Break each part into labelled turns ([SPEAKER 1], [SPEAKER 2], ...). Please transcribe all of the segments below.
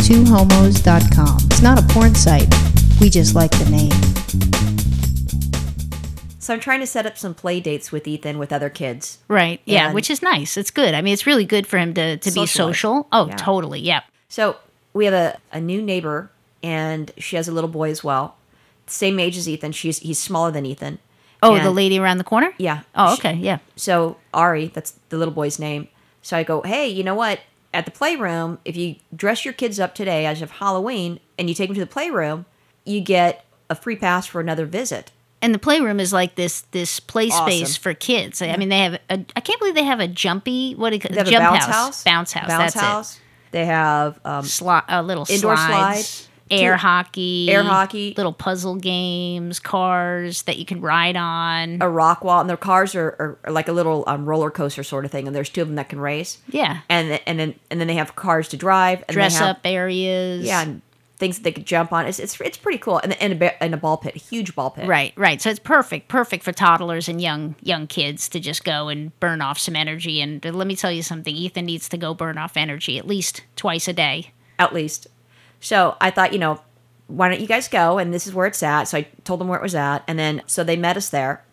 [SPEAKER 1] twohomos.com. It's not a porn site. We just like the name.
[SPEAKER 2] So I'm trying to set up some play dates with Ethan with other kids.
[SPEAKER 3] Right. Yeah.
[SPEAKER 2] And-
[SPEAKER 3] which is nice. It's good. I mean, it's really good for him to, to be
[SPEAKER 2] Socialize.
[SPEAKER 3] social. Oh,
[SPEAKER 2] Yeah.
[SPEAKER 3] totally. Yep.
[SPEAKER 2] So we have a, a new neighbor, and she has a little boy as well, same age as Ethan. She's he's smaller than Ethan.
[SPEAKER 3] Oh, the
[SPEAKER 2] And-
[SPEAKER 3] lady around the corner?
[SPEAKER 2] Yeah.
[SPEAKER 3] Oh,
[SPEAKER 2] She-
[SPEAKER 3] okay. Yeah.
[SPEAKER 2] so Ari, that's the little boy's name. So I go, hey, you know what? At the playroom, if you dress your kids up today as of Halloween and you take them to the playroom, you get a free pass for another visit.
[SPEAKER 3] And the playroom is like this this play space
[SPEAKER 2] Awesome.
[SPEAKER 3] for kids. I, I mean, they have a, I can't believe they have a jumpy what do you call
[SPEAKER 2] They have
[SPEAKER 3] jump
[SPEAKER 2] a bounce
[SPEAKER 3] house.
[SPEAKER 2] house.
[SPEAKER 3] bounce house. that's
[SPEAKER 2] house. They have um,
[SPEAKER 3] it. Sli- uh, little
[SPEAKER 2] Indoor
[SPEAKER 3] slides,
[SPEAKER 2] slide,
[SPEAKER 3] air
[SPEAKER 2] two-
[SPEAKER 3] hockey,
[SPEAKER 2] air hockey.
[SPEAKER 3] little puzzle games, cars that you can ride on.
[SPEAKER 2] a rock wall, and their cars are, are, are like a little um, roller coaster sort of thing. And there's two of them that can race.
[SPEAKER 3] yeah,
[SPEAKER 2] And th- and then and then they have cars to drive. And
[SPEAKER 3] dress
[SPEAKER 2] they have,
[SPEAKER 3] up areas.
[SPEAKER 2] Yeah, and things that they could jump on. It's it's, it's pretty cool. And and a, ba- and a ball pit, huge ball pit.
[SPEAKER 3] Right, right. So it's perfect, perfect for toddlers and young young kids to just go and burn off some energy. And let me tell you something, Ethan needs to go burn off energy at least twice a day.
[SPEAKER 2] at least. So I thought, you know, why don't you guys go? And this is where it's at. So I told them where it was at. And then, so they met us there.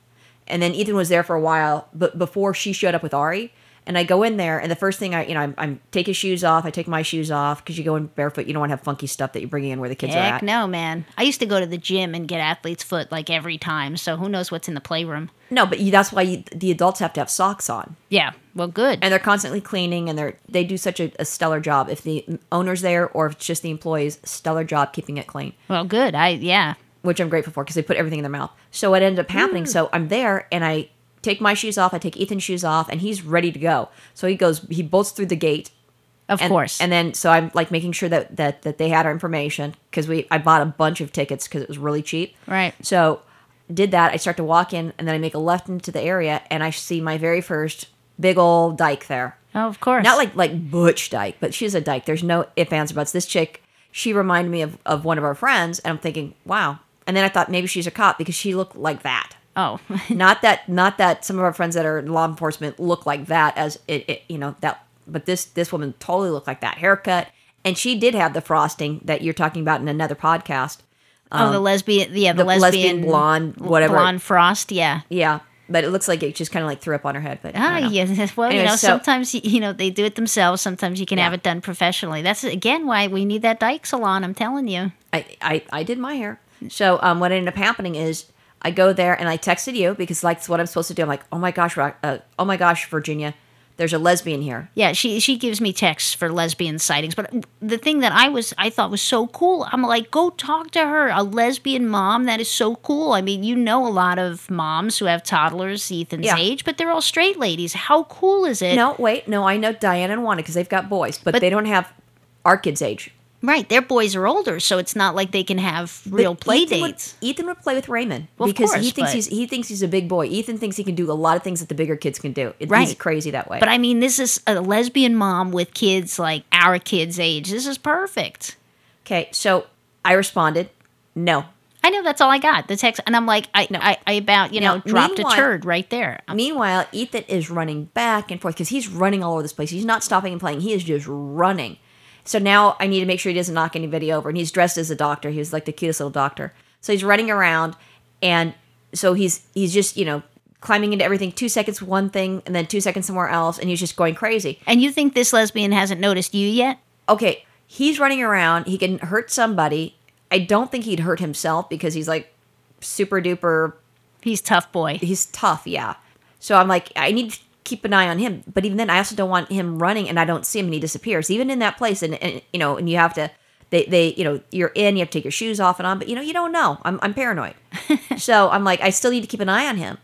[SPEAKER 2] And then Ethan was there for a while, but before she showed up with Ari. And I go in there, and the first thing I, you know, I'm, I'm take his shoes off. I take my shoes off because you go in barefoot. You don't want to have funky stuff that you're bringing in where the kids are
[SPEAKER 3] Heck
[SPEAKER 2] at.
[SPEAKER 3] no, man. I used to go to the gym and get athlete's foot like every time. So who knows what's in the playroom?
[SPEAKER 2] No, but you, that's why you, the adults have to have socks on,
[SPEAKER 3] Yeah. Well, good.
[SPEAKER 2] and they're constantly cleaning, and they're they do such a, a stellar job. If the owner's there or if it's just the employees, stellar job keeping it clean.
[SPEAKER 3] well, good. I yeah.
[SPEAKER 2] which I'm grateful for because they put everything in their mouth. So it ended up happening.
[SPEAKER 3] Hmm.
[SPEAKER 2] So I'm there and I take my shoes off. I take Ethan's shoes off and he's ready to go. So he goes, he bolts through the gate.
[SPEAKER 3] Of
[SPEAKER 2] And,
[SPEAKER 3] course.
[SPEAKER 2] And then, so I'm like making sure that, that, that they had our information because we, I bought a bunch of tickets because it was really cheap.
[SPEAKER 3] Right.
[SPEAKER 2] So did that. I start to walk in and then I make a left into the area and I see my very first big old dyke there.
[SPEAKER 3] oh, of course.
[SPEAKER 2] Not like like Butch Dyke, but she's a dyke. There's no ifs, ands, or buts. This chick, she reminded me of, of one of our friends, and I'm thinking, wow. And then I thought maybe she's a cop because she looked like that.
[SPEAKER 3] Oh.
[SPEAKER 2] Not that not that some of our friends that are in law enforcement look like that as it, it you know that, but this this woman totally looked like that haircut, and she did have the frosting that you're talking about in another podcast.
[SPEAKER 3] oh, the lesbian yeah, the,
[SPEAKER 2] Um, the lesbian blonde, whatever.
[SPEAKER 3] Blonde frost, yeah.
[SPEAKER 2] Yeah, but it looks like it just kind of like threw up on her head. But I
[SPEAKER 3] Ah,
[SPEAKER 2] don't know.
[SPEAKER 3] yes. Well, you
[SPEAKER 2] Anyway,
[SPEAKER 3] know,
[SPEAKER 2] so-
[SPEAKER 3] sometimes y- you know they do it themselves. Sometimes you can have
[SPEAKER 2] Yeah.
[SPEAKER 3] it done professionally. That's again why we need that Dyke salon. I'm telling you.
[SPEAKER 2] I, I, I did my hair. So um, what ended up happening is I go there and I texted you because like it's what I'm supposed to do. I'm like, oh my gosh, Ro- uh, oh my gosh, Virginia, there's a lesbian here.
[SPEAKER 3] Yeah, she she gives me texts for lesbian sightings. But the thing that I was I thought was so cool, I'm like, go talk to her, a lesbian mom. That is so cool. I mean, you know, a lot of moms who have toddlers Ethan's
[SPEAKER 2] Yeah.
[SPEAKER 3] age, but they're all straight ladies. How cool is it?
[SPEAKER 2] No, wait, no, I know Diane and Wanda because they've got boys, but,
[SPEAKER 3] But-
[SPEAKER 2] they don't have our kids' age.
[SPEAKER 3] right? Their boys are older, so it's not like they can have real
[SPEAKER 2] But
[SPEAKER 3] play
[SPEAKER 2] Ethan would-
[SPEAKER 3] dates.
[SPEAKER 2] Ethan would play with Raymond
[SPEAKER 3] Well, of
[SPEAKER 2] because he
[SPEAKER 3] course,
[SPEAKER 2] thinks
[SPEAKER 3] but-
[SPEAKER 2] he's he thinks he's a big boy. Ethan thinks he can do a lot of things that the bigger kids can do. It, He's
[SPEAKER 3] Right.
[SPEAKER 2] crazy that way.
[SPEAKER 3] But I mean, this is a lesbian mom with kids like our kids' age. This is perfect.
[SPEAKER 2] okay, so I responded, no.
[SPEAKER 3] I know that's all I got. The text, and I'm like, I, I, I about you know
[SPEAKER 2] Now,
[SPEAKER 3] dropped a
[SPEAKER 2] meanwhile-
[SPEAKER 3] turd right there. I'm-
[SPEAKER 2] Meanwhile, Ethan is running back and forth because he's running all over this place. He's not stopping and playing. He is just running. So now I need to make sure he doesn't knock anybody over. And he's dressed as a doctor. He was like the cutest little doctor. So he's running around, and so he's he's just you know climbing into everything. Two seconds one thing, and then two seconds somewhere else, and he's just going crazy.
[SPEAKER 3] And you think this lesbian hasn't noticed you yet?
[SPEAKER 2] Okay, he's running around. He can hurt somebody. I don't think he'd hurt himself because he's like super duper
[SPEAKER 3] He's tough boy.
[SPEAKER 2] he's tough, yeah. So I'm like, I need to keep an eye on him. But even then, I also don't want him running and I don't see him and he disappears. Even in that place, and, and you know, and you have to, they, they, you know, you're in, you have to take your shoes off and on, but you know, you don't know. I'm, I'm paranoid. so I'm like, I still need to keep an eye on him.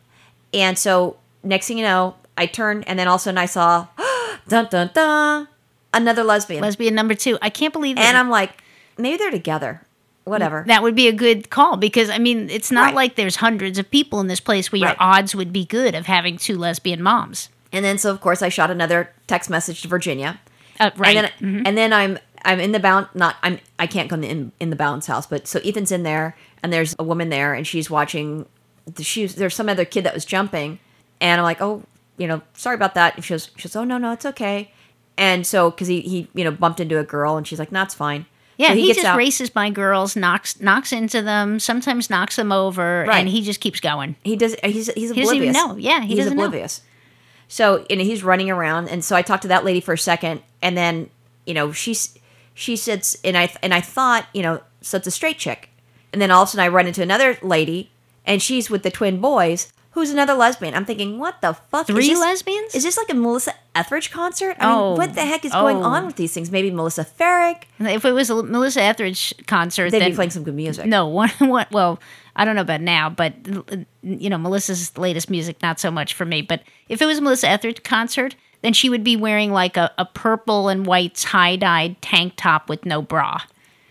[SPEAKER 2] And so next thing you know, I turned and then all of a sudden I saw, dun dun dun, another lesbian.
[SPEAKER 3] Lesbian number two. I can't believe that.
[SPEAKER 2] and I'm like, maybe they're together. Whatever.
[SPEAKER 3] that would be a good call because I mean, it's not
[SPEAKER 2] Right.
[SPEAKER 3] like there's hundreds of people in this place where your
[SPEAKER 2] Right.
[SPEAKER 3] odds would be good of having two lesbian moms.
[SPEAKER 2] And then, so of course, I shot another text message to Virginia.
[SPEAKER 3] Uh, right.
[SPEAKER 2] And then, and then I'm I'm in the bound not I'm I can't go in the, in, in the bounce house, but so Ethan's in there and there's a woman there and she's watching. the- She's there's some other kid that was jumping, and I'm like, oh, you know, sorry about that. And she goes, she goes, oh no no it's okay. And so, because he, he, you know, bumped into a girl and she's like, "That's fine."
[SPEAKER 3] Yeah,
[SPEAKER 2] So
[SPEAKER 3] he,
[SPEAKER 2] gets
[SPEAKER 3] just
[SPEAKER 2] out.
[SPEAKER 3] races by girls, knocks knocks into them, sometimes knocks them over,
[SPEAKER 2] Right.
[SPEAKER 3] and he just keeps going.
[SPEAKER 2] He does. uh, He's he's oblivious.
[SPEAKER 3] doesn't even know. Yeah, he
[SPEAKER 2] he's
[SPEAKER 3] doesn't know.
[SPEAKER 2] oblivious. So and he's running around, and so I talked to that lady for a second, and then you know she's she sits, and I and I thought you know so it's a straight chick, and then all of a sudden I run into another lady, and she's with the twin boys, who's another lesbian. I'm thinking, what the fuck?
[SPEAKER 3] Three
[SPEAKER 2] is this,
[SPEAKER 3] lesbians?
[SPEAKER 2] Is this like a Melissa Etheridge concert? I
[SPEAKER 3] Oh.
[SPEAKER 2] mean, what the heck is going
[SPEAKER 3] Oh.
[SPEAKER 2] on with these things? Maybe Melissa Farrick.
[SPEAKER 3] If it was a Melissa Etheridge concert,
[SPEAKER 2] They'd
[SPEAKER 3] then
[SPEAKER 2] be playing some good music.
[SPEAKER 3] no one. What? Well, I don't know about now, but you know Melissa's latest music not so much for me. But if it was a Melissa Etheridge concert, then she would be wearing like a, a purple and white tie dyed tank top with no bra.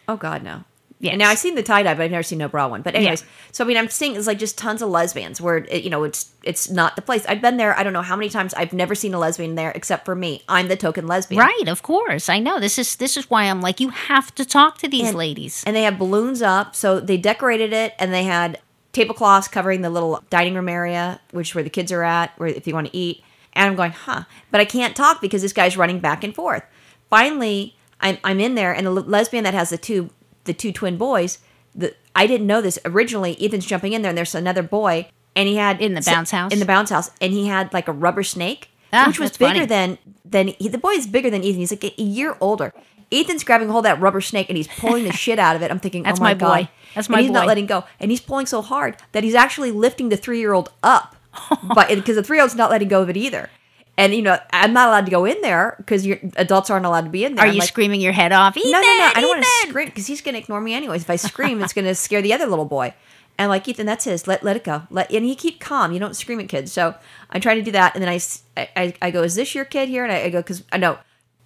[SPEAKER 2] Oh God, no.
[SPEAKER 3] Yes.
[SPEAKER 2] Yeah. Now I've seen the tie dye, but I've never seen no bra one. But anyways, so I mean, I'm seeing it's like just tons of lesbians where it, you know it's it's not the place. I've been there. I don't know how many times. I've never seen a lesbian there except for me. I'm the token lesbian,
[SPEAKER 3] Right? Of course, I know this is this is why I'm like you have to talk to these
[SPEAKER 2] And-
[SPEAKER 3] ladies.
[SPEAKER 2] And they have balloons up, so they decorated it, and they had tablecloths covering the little dining room area, which is where the kids are at, where if you want to eat. And I'm going, huh? But I can't talk because this guy's running back and forth. Finally, I'm I'm in there, and the l- lesbian that has the two the two twin boys. The I didn't know this originally. Ethan's jumping in there, and there's another boy, and he had
[SPEAKER 3] In the
[SPEAKER 2] so-
[SPEAKER 3] bounce house?
[SPEAKER 2] in the bounce house, and he had like a rubber snake,
[SPEAKER 3] Ah,
[SPEAKER 2] which was
[SPEAKER 3] that's
[SPEAKER 2] bigger
[SPEAKER 3] funny.
[SPEAKER 2] than than he, the boy is bigger than Ethan. He's like a year older. Ethan's grabbing hold of that rubber snake and he's pulling the shit out of it. I'm thinking,
[SPEAKER 3] That's
[SPEAKER 2] oh my,
[SPEAKER 3] my boy.
[SPEAKER 2] God.
[SPEAKER 3] That's
[SPEAKER 2] And
[SPEAKER 3] my
[SPEAKER 2] he's not
[SPEAKER 3] boy.
[SPEAKER 2] letting go, and he's pulling so hard that he's actually lifting the three year old up, but because the three year old's not letting go of it either. And you know, I'm not allowed to go in there because adults aren't allowed to be in there.
[SPEAKER 3] Are
[SPEAKER 2] I'm
[SPEAKER 3] you
[SPEAKER 2] like,
[SPEAKER 3] screaming your head off? Ethan,
[SPEAKER 2] No, no, no! I don't want to
[SPEAKER 3] Ethan!"
[SPEAKER 2] scream because he's going to ignore me anyways. If I scream, it's going to scare the other little boy. And like Ethan, that's his. Let let it go. Let and he keep calm. You don't scream at kids. So I'm trying to do that, and then I s- I, I- I go, is this your kid here? And I, I go because I know,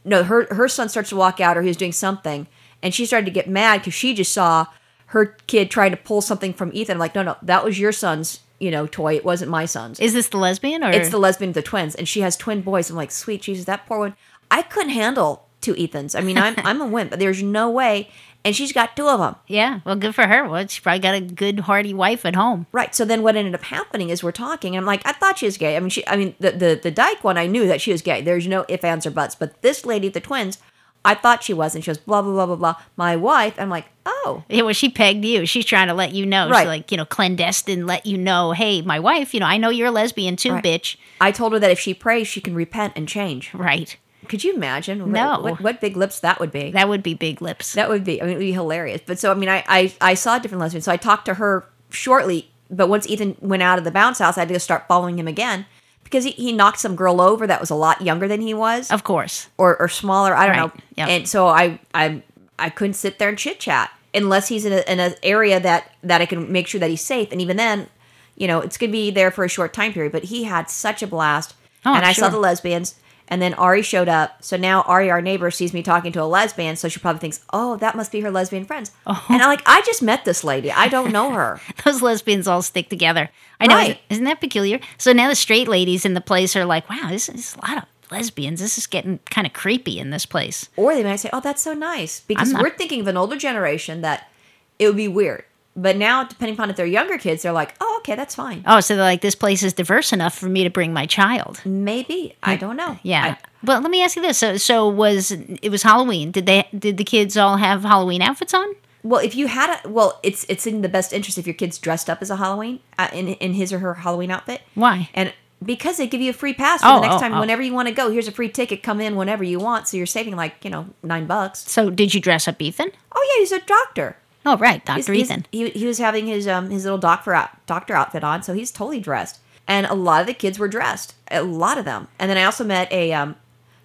[SPEAKER 2] no, her her son starts to walk out or he was doing something, and she started to get mad because she just saw her kid trying to pull something from Ethan. I'm like, no, no, that was your son's, you know, toy. It wasn't my son's.
[SPEAKER 3] Is this the lesbian or
[SPEAKER 2] It's the lesbian of the twins, and she has twin boys. I'm like, sweet Jesus, that poor one. I couldn't handle two Ethans. I mean, I'm I'm a wimp, but there's no way. And she's got two of them,
[SPEAKER 3] Yeah, well, good for her. Well, she probably got a good, hearty wife at home.
[SPEAKER 2] right? So then, what ended up happening is we're talking, and I'm like, I thought she was gay. I mean, she, I mean, the the the dyke one, I knew that she was gay. There's no if ands or buts. But this lady, the twins, I thought she was, and she was blah blah blah blah blah. My wife, I'm like, oh,
[SPEAKER 3] Yeah, well, she pegged you. She's trying to let you know. She's
[SPEAKER 2] Right.
[SPEAKER 3] like, you know, clandestine, let you know, hey, my wife, you know, I know you're a lesbian too,
[SPEAKER 2] Right.
[SPEAKER 3] bitch.
[SPEAKER 2] I told her that if she prays, she can repent and change.
[SPEAKER 3] Right.
[SPEAKER 2] Could you imagine? What-
[SPEAKER 3] No.
[SPEAKER 2] what, what big lips that would be.
[SPEAKER 3] That would be big lips.
[SPEAKER 2] That would be, I mean, it would be hilarious. But so, I mean, I, I, I saw a different lesbian. So I talked to her shortly. But once Ethan went out of the bounce house, I had to start following him again because he, he knocked some girl over that was a lot younger than he was
[SPEAKER 3] of course.
[SPEAKER 2] or, or smaller. I don't
[SPEAKER 3] Right.
[SPEAKER 2] know.
[SPEAKER 3] Yep.
[SPEAKER 2] And so I, I, I couldn't sit there and chit chat unless he's in an in a area that, that I can make sure that he's safe. And even then, you know, it's going to be there for a short time period. But he had such a blast.
[SPEAKER 3] Oh,
[SPEAKER 2] and
[SPEAKER 3] I'm
[SPEAKER 2] I saw
[SPEAKER 3] sure.
[SPEAKER 2] the lesbians. And then Ari showed up. So now Ari, our neighbor, sees me talking to a lesbian. So she probably thinks, oh, that must be her lesbian friends.
[SPEAKER 3] Oh.
[SPEAKER 2] And I'm like, I just met this lady. I don't know her.
[SPEAKER 3] Those lesbians all stick together. I know.
[SPEAKER 2] Right.
[SPEAKER 3] Isn't, isn't that peculiar? So now the straight ladies in the place are like, wow, this is a lot of lesbians. This is getting kind of creepy in this place.
[SPEAKER 2] Or they might say, "Oh, that's so nice," because
[SPEAKER 3] I'm not-
[SPEAKER 2] we're thinking of an older generation that it would be weird. But now, depending upon if they're younger kids, they're like, "Oh, okay, that's fine."
[SPEAKER 3] Oh, so they're like, this place is diverse enough for me to bring my child.
[SPEAKER 2] Maybe I don't know.
[SPEAKER 3] Yeah.
[SPEAKER 2] I-
[SPEAKER 3] But let me ask you this. So so was it was Halloween. Did they did the kids all have Halloween outfits on?
[SPEAKER 2] well, if you had a well, it's it's in the best interest if your kid's dressed up as a Halloween uh, in in his or her Halloween outfit.
[SPEAKER 3] Why?
[SPEAKER 2] And because they give you a free pass for
[SPEAKER 3] Oh,
[SPEAKER 2] the next
[SPEAKER 3] oh,
[SPEAKER 2] time,
[SPEAKER 3] oh.
[SPEAKER 2] whenever you want to go, here's a free ticket. Come in whenever you want, so you're saving like you know nine bucks.
[SPEAKER 3] So did you dress up Ethan?
[SPEAKER 2] Oh yeah, he's a doctor.
[SPEAKER 3] Oh right,
[SPEAKER 2] He's-
[SPEAKER 3] Dr.
[SPEAKER 2] he's-
[SPEAKER 3] Ethan.
[SPEAKER 2] He, he was having his um his little doc for out, doctor outfit on, so he's totally dressed. And a lot of the kids were dressed, a lot of them. And then I also met a um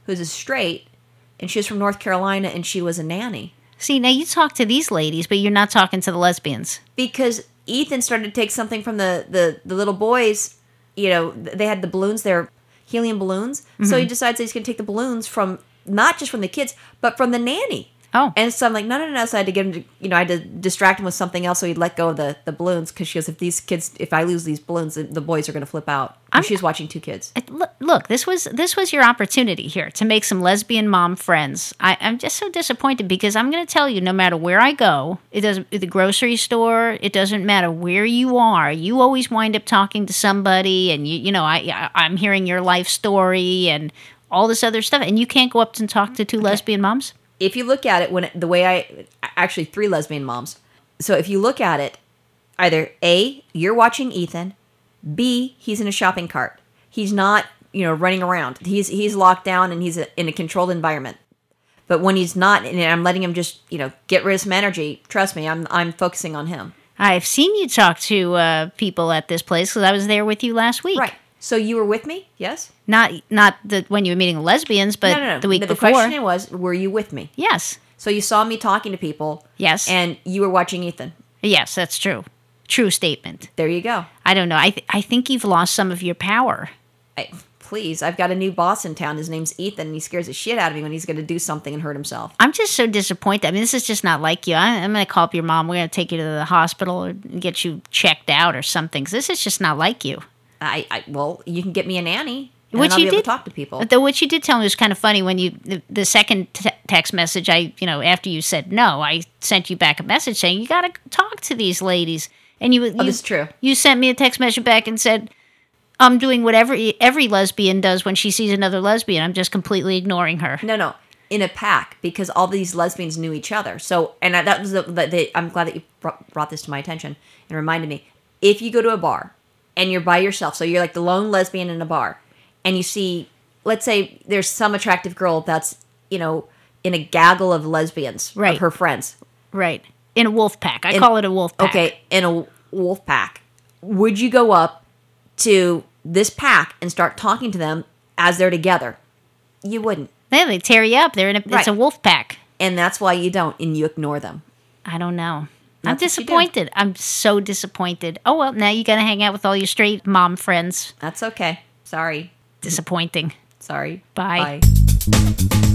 [SPEAKER 2] who's a straight, and she was from North Carolina, and she was a nanny
[SPEAKER 3] See, now you talk to these ladies, but you're not talking to the lesbians.
[SPEAKER 2] because Ethan started to take something from the the the little boys. You know, th- they had the balloons, their helium balloons. So he decides that he's going to take the balloons from not just from the kids, but from the nanny.
[SPEAKER 3] Oh.
[SPEAKER 2] And so I'm like, no, no, no. So I had to get him to, you know, I had to distract him with something else so he'd let go of the, the balloons because she goes, if these kids, if I lose these balloons, the, the boys are going to flip out. And she's watching two kids.
[SPEAKER 3] It- look- Look, this was this was your opportunity here to make some lesbian mom friends. I, I'm just so disappointed because I'm going to tell you, no matter where I go, it doesn't the grocery store, it doesn't matter where you are, you always wind up talking to somebody, and you you know I, I I'm hearing your life story and all this other stuff, and you can't go up and talk to two lesbian moms.
[SPEAKER 2] if you look at it when the way I actually three lesbian moms. So if you look at it, either A, you're watching Ethan, B, he's in a shopping cart. He's not, you know, running around. He's he's locked down and he's in a controlled environment. But when he's not, and I'm letting him just, you know, get rid of some energy. Trust me, I'm I'm focusing on him.
[SPEAKER 3] I've seen you talk to uh, people at this place because I was there with you last week.
[SPEAKER 2] Right. So you were with me, yes?
[SPEAKER 3] Not not the when you were meeting lesbians, but the week
[SPEAKER 2] the,
[SPEAKER 3] before.
[SPEAKER 2] The question was, were you with me?
[SPEAKER 3] yes.
[SPEAKER 2] So you saw me talking to people.
[SPEAKER 3] Yes.
[SPEAKER 2] And you were watching Ethan.
[SPEAKER 3] Yes, that's true. True statement.
[SPEAKER 2] There you go.
[SPEAKER 3] I don't know. I th- I think you've lost some of your power.
[SPEAKER 2] I, please, I've got a new boss in town. His name's Ethan, and he scares the shit out of me when he's going to do something and hurt himself.
[SPEAKER 3] I'm just so disappointed. I mean, this is just not like you. I, I'm going to call up your mom. We're going to take you to the hospital or get you checked out or something. 'cause this is just not like you.
[SPEAKER 2] I, I well, you can get me a nanny, and
[SPEAKER 3] Which
[SPEAKER 2] I'll
[SPEAKER 3] you
[SPEAKER 2] be able
[SPEAKER 3] did.
[SPEAKER 2] to talk to people.
[SPEAKER 3] Though what you did tell me was kind of funny when you the, the second te- text message I you know after you said no I sent you back a message saying you got to talk to these ladies and you, you
[SPEAKER 2] Oh, this is true.
[SPEAKER 3] you sent me a text message back and said I'm doing whatever e- every lesbian does when she sees another lesbian I'm just completely ignoring her
[SPEAKER 2] No, no, in a pack because all these lesbians knew each other. So, and I, that was the, the, the. I'm glad that you br- brought this to my attention and reminded me. If you go to a bar and you're by yourself, so you're like the lone lesbian in a bar, and you see, let's say, there's some attractive girl that's you know in a gaggle of lesbians,
[SPEAKER 3] Right.
[SPEAKER 2] of her friends.
[SPEAKER 3] right in a wolf pack I call it a wolf pack
[SPEAKER 2] Okay, in a wolf pack, would you go up to this pack and start talking to them as they're together? You wouldn't,
[SPEAKER 3] then they tear you up they're in a it's
[SPEAKER 2] Right.
[SPEAKER 3] a wolf pack
[SPEAKER 2] and that's why you don't, and you ignore them.
[SPEAKER 3] I don't know. I'm
[SPEAKER 2] That's what you do.
[SPEAKER 3] disappointed. I'm so disappointed. Oh well, now you got to hang out with all your straight mom friends.
[SPEAKER 2] That's okay. Sorry,
[SPEAKER 3] Disappointing.
[SPEAKER 2] sorry.
[SPEAKER 3] Bye.
[SPEAKER 2] Bye.